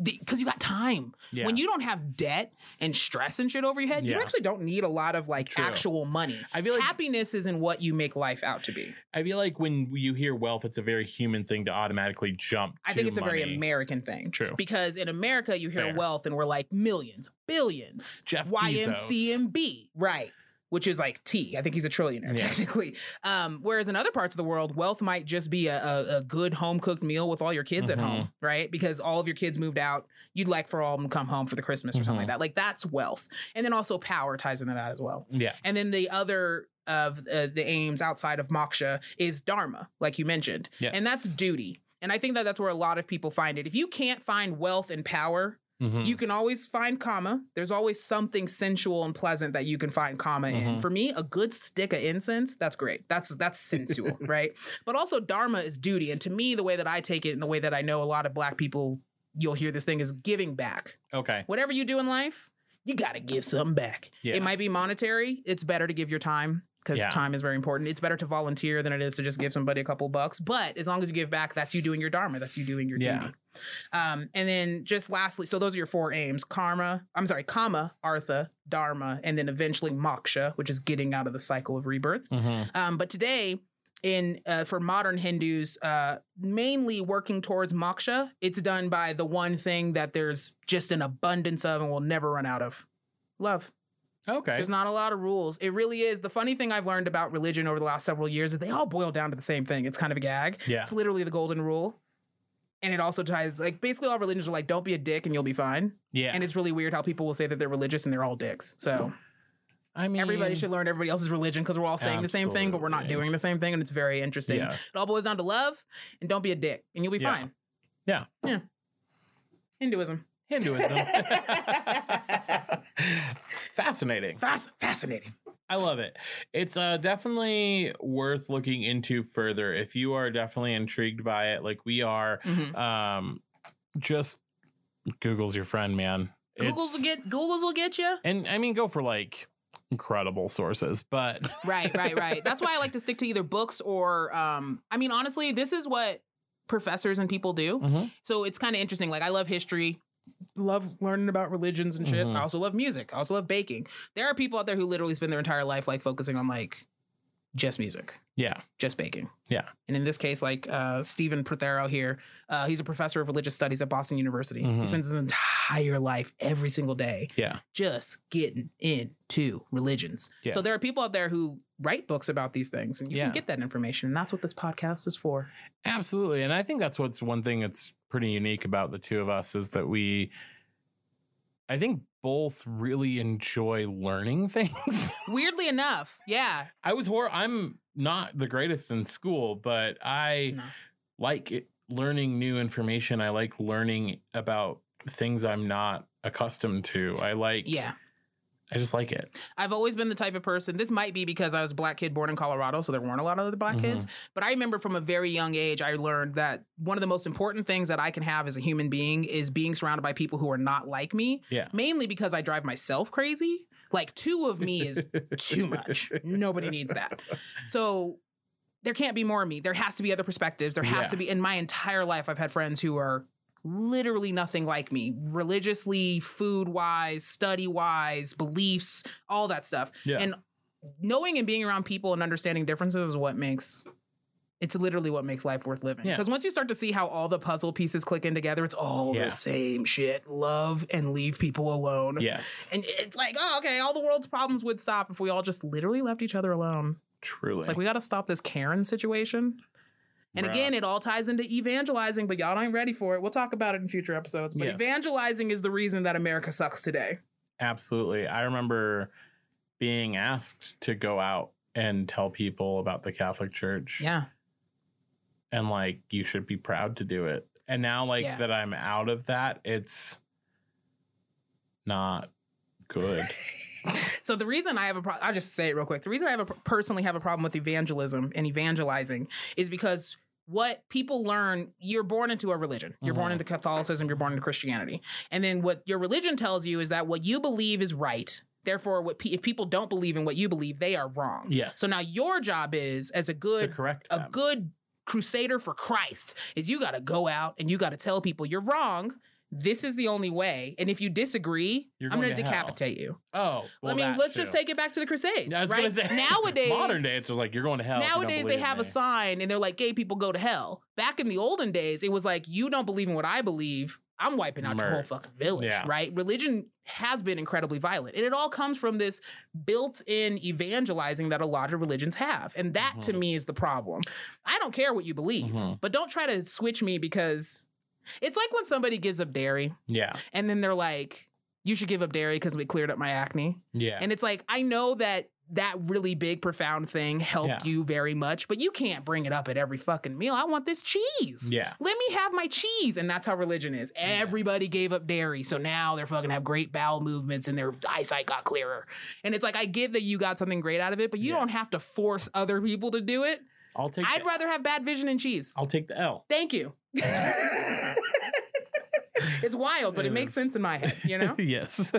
[SPEAKER 3] Because you got time.
[SPEAKER 2] Yeah.
[SPEAKER 3] When you don't have debt and stress and shit over your head, you
[SPEAKER 2] Yeah.
[SPEAKER 3] actually don't need a lot of like
[SPEAKER 2] True.
[SPEAKER 3] actual money.
[SPEAKER 2] I feel like-
[SPEAKER 3] happiness isn't what you make life out to be.
[SPEAKER 2] I feel like when you hear wealth, it's a very human thing to automatically jump.
[SPEAKER 3] I think
[SPEAKER 2] to
[SPEAKER 3] it's a very
[SPEAKER 2] money.
[SPEAKER 3] American thing.
[SPEAKER 2] True.
[SPEAKER 3] Because in America, you hear
[SPEAKER 2] Fair.
[SPEAKER 3] wealth and we're like millions, billions,
[SPEAKER 2] Jeff
[SPEAKER 3] YMCMB, right? Which is like T. I think he's a trillionaire
[SPEAKER 2] Yeah.
[SPEAKER 3] technically. Um, whereas in other parts of the world, wealth might just be a, a, a good home cooked meal with all your kids
[SPEAKER 2] Mhm.
[SPEAKER 3] at home, right? Because all of your kids moved out. You'd like for all of them to come home for the Christmas or something like
[SPEAKER 2] Mhm.
[SPEAKER 3] that. Like that's wealth. And then also power ties into that as well.
[SPEAKER 2] Yeah.
[SPEAKER 3] And then the other of uh, the aims outside of moksha is dharma, like you mentioned.
[SPEAKER 2] Yes.
[SPEAKER 3] And that's duty. And I think that that's where a lot of people find it. If you can't find wealth and power,
[SPEAKER 2] Mhm.
[SPEAKER 3] you can always find comma. There's always something sensual and pleasant that you can find comma in.
[SPEAKER 2] Mhm.
[SPEAKER 3] For me, a good stick of incense, that's great. That's that's sensual, right? But also dharma is duty. And to me, the way that I take it and the way that I know a lot of black people you'll hear this thing is giving back
[SPEAKER 2] okay.
[SPEAKER 3] whatever you do in life, you got to give something back.
[SPEAKER 2] Yeah.
[SPEAKER 3] It might be monetary. It's better to give your time because
[SPEAKER 2] Yeah.
[SPEAKER 3] time is very important. It's better to volunteer than it is to just give somebody a couple bucks. But as long as you give back, that's you doing your dharma. That's you doing your
[SPEAKER 2] Yeah.
[SPEAKER 3] duty. Um, and then just lastly, so those are your four aims: karma. I'm sorry, kama, artha, dharma, and then eventually moksha, which is getting out of the cycle of rebirth.
[SPEAKER 2] Mhm.
[SPEAKER 3] Um, but today, in uh, for modern Hindus, uh, mainly working towards moksha, it's done by the one thing that there's just an abundance of and will never run out of. Love.
[SPEAKER 2] Okay.
[SPEAKER 3] There's not a lot of rules. It really is. The funny thing I've learned about religion over the last several years is they all boil down to the same thing. It's kind of a gag.
[SPEAKER 2] Yeah.
[SPEAKER 3] It's literally the golden rule. And it also ties, like, basically all religions are like, don't be a dick and you'll be fine.
[SPEAKER 2] Yeah.
[SPEAKER 3] And it's really weird how people will say that they're religious and they're all dicks. So
[SPEAKER 2] I mean,
[SPEAKER 3] everybody should learn everybody else's religion because we're all saying the same thing, but we're not
[SPEAKER 2] Absolutely.
[SPEAKER 3] doing the same thing, and it's very interesting.
[SPEAKER 2] Yeah.
[SPEAKER 3] It all boils down to love, and don't be a dick, and you'll be
[SPEAKER 2] Yeah.
[SPEAKER 3] fine.
[SPEAKER 2] Yeah.
[SPEAKER 3] yeah. Hinduism,
[SPEAKER 2] Hinduism. Fascinating.
[SPEAKER 3] Fasc- fascinating.
[SPEAKER 2] I love it. It's uh, definitely worth looking into further if you are definitely intrigued by it, like we are. Um, just Google's your friend, man.
[SPEAKER 3] Google's will
[SPEAKER 2] It's-
[SPEAKER 3] get Google's will get you.
[SPEAKER 2] and I mean, go for like incredible sources, but
[SPEAKER 3] Right, right, right. That's why I like to stick to either books or, um, I mean, honestly, this is what professors and people do.
[SPEAKER 2] Mhm.
[SPEAKER 3] So it's kind of interesting. Like I love history. Love learning about religions and shit.
[SPEAKER 2] Mhm.
[SPEAKER 3] I also love music. I also love baking. There are people out there who literally spend their entire life like focusing on like just music,
[SPEAKER 2] yeah,
[SPEAKER 3] just baking.
[SPEAKER 2] Yeah.
[SPEAKER 3] And in this case, like uh, Stephen Prothero here, uh, he's a professor of religious studies at Boston University. He
[SPEAKER 2] Mhm.
[SPEAKER 3] spends his entire life every single day
[SPEAKER 2] yeah,
[SPEAKER 3] just getting into religions.
[SPEAKER 2] Yeah.
[SPEAKER 3] So there are people out there who write books about these things, and you
[SPEAKER 2] Yeah.
[SPEAKER 3] can get that information. And that's what this podcast is for.
[SPEAKER 2] absolutely. And I think that's what's one thing that's pretty unique about the two of us is that we, I think, both really enjoy learning things.
[SPEAKER 3] Weirdly enough, yeah,
[SPEAKER 2] I was hor I'm not the greatest in school, but I
[SPEAKER 3] No.
[SPEAKER 2] like it, learning new information. I like learning about things I'm not accustomed to. I like
[SPEAKER 3] yeah.
[SPEAKER 2] I just like it.
[SPEAKER 3] I've always been the type of person. This might be because I was a black kid born in Colorado, so there weren't a lot of other black kids. But I remember from a very young age, I learned that one of the most important things that I can have as a human being is being surrounded by people who are not like me.
[SPEAKER 2] Yeah.
[SPEAKER 3] Mainly because I drive myself crazy. Like two of me is too much. Nobody needs that. So there can't be more of me. There has to be other perspectives. There has
[SPEAKER 2] Yeah.
[SPEAKER 3] to be. In my entire life, I've had friends who are literally nothing like me, religiously, food wise, study wise, beliefs, all that stuff.
[SPEAKER 2] Yeah.
[SPEAKER 3] And knowing and being around people and understanding differences is what makes. It's literally what makes life worth living.
[SPEAKER 2] Yeah.
[SPEAKER 3] Because once you start to see how all the puzzle pieces click in together, it's all
[SPEAKER 2] Yeah.
[SPEAKER 3] the same shit. Love and leave people alone.
[SPEAKER 2] yes.
[SPEAKER 3] And it's like, oh, okay, all the world's problems would stop if we all just literally left each other alone.
[SPEAKER 2] Truly.
[SPEAKER 3] Like we got to stop this Karen situation. And
[SPEAKER 2] Bruh.
[SPEAKER 3] again, it all ties into evangelizing, but y'all ain't ready for it. We'll talk about it in future episodes. But
[SPEAKER 2] Yes.
[SPEAKER 3] evangelizing is the reason that America sucks today.
[SPEAKER 2] Absolutely. I remember being asked to go out and tell people about the Catholic Church.
[SPEAKER 3] Yeah.
[SPEAKER 2] And like, you should be proud to do it. And now, like,
[SPEAKER 3] Yeah.
[SPEAKER 2] that I'm out of that, it's not good.
[SPEAKER 3] So the reason I have a problem, I'll just say it real quick. The reason I have a personally have a problem with evangelism and evangelizing is because what people learn, you're born into a religion. You're born
[SPEAKER 2] Mhm.
[SPEAKER 3] into Catholicism, you're born into Christianity. And then what your religion tells you is that what you believe is right. Therefore, what pe- if people don't believe in what you believe, they are wrong.
[SPEAKER 2] Yes.
[SPEAKER 3] So now your job is as a
[SPEAKER 2] to
[SPEAKER 3] good
[SPEAKER 2] correct
[SPEAKER 3] a
[SPEAKER 2] them.
[SPEAKER 3] good crusader for Christ is you got to go out and you got to tell people you're wrong. This is the only way. And if you disagree,
[SPEAKER 2] You're
[SPEAKER 3] I'm
[SPEAKER 2] going
[SPEAKER 3] going to
[SPEAKER 2] to hell.
[SPEAKER 3] decapitate you.
[SPEAKER 2] oh, well,
[SPEAKER 3] I mean,
[SPEAKER 2] that
[SPEAKER 3] let's just
[SPEAKER 2] too.
[SPEAKER 3] take it back to the Crusades.
[SPEAKER 2] I was
[SPEAKER 3] right?
[SPEAKER 2] gonna say,
[SPEAKER 3] nowadays,
[SPEAKER 2] modern day, it's just like you're going to hell. if you don't
[SPEAKER 3] nowadays they
[SPEAKER 2] believe
[SPEAKER 3] have
[SPEAKER 2] me.
[SPEAKER 3] a sign and they're like, "Gay people go to hell." Back in the olden days, it was like, "You don't believe in what I believe." I'm wiping out your whole
[SPEAKER 2] Murder.
[SPEAKER 3] fucking village,
[SPEAKER 2] Yeah.
[SPEAKER 3] right? Religion has been incredibly violent. And it all comes from this built in evangelizing that a lot of religions have. And that to
[SPEAKER 2] Mhm.
[SPEAKER 3] me is the problem. I don't care what you believe,
[SPEAKER 2] Mhm.
[SPEAKER 3] but don't try to switch me because it's like when somebody gives up dairy
[SPEAKER 2] Yeah.
[SPEAKER 3] and then they're like, you should give up dairy because we cleared up my acne.
[SPEAKER 2] Yeah.
[SPEAKER 3] And it's like, I know that that really big, profound thing helped
[SPEAKER 2] Yeah.
[SPEAKER 3] you very much, but you can't bring it up at every fucking meal. I want this cheese.
[SPEAKER 2] yeah.
[SPEAKER 3] Let me have my cheese. And that's how religion is. Everybody gave up dairy. So now they're fucking have great bowel movements and their eyesight got clearer. And it's like, I get that you got something great out of it, but you
[SPEAKER 2] Yeah.
[SPEAKER 3] don't have to force other people to do it.
[SPEAKER 2] I'll take.
[SPEAKER 3] I'd
[SPEAKER 2] the,
[SPEAKER 3] rather have bad vision and cheese.
[SPEAKER 2] I'll take the L.
[SPEAKER 3] Thank you. it's wild, but it,
[SPEAKER 2] It
[SPEAKER 3] makes
[SPEAKER 2] is.
[SPEAKER 3] sense in my head, you know?
[SPEAKER 2] yes.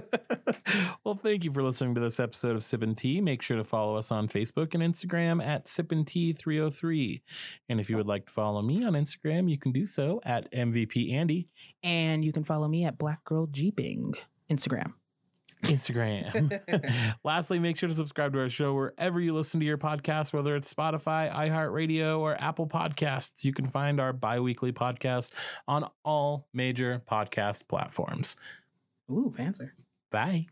[SPEAKER 2] well, thank you for listening to this episode of Sip and Tea. Make sure to follow us on Facebook and Instagram at Sip and Tea 303. And if you would like to follow me on Instagram, you can do so at MVP Andy
[SPEAKER 3] and you can follow me at Black Girl Jeeping Instagram.
[SPEAKER 2] Instagram. Lastly, make sure to subscribe to our show wherever you listen to your podcast, whether it's Spotify, iHeartRadio, or Apple Podcasts. You can find our bi-weekly podcast on all major podcast platforms.
[SPEAKER 3] Ooh, fancy.
[SPEAKER 2] Bye.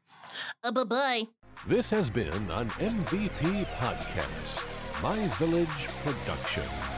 [SPEAKER 3] Uh, bye bye.
[SPEAKER 1] This has been an MVP podcast, My Village Production.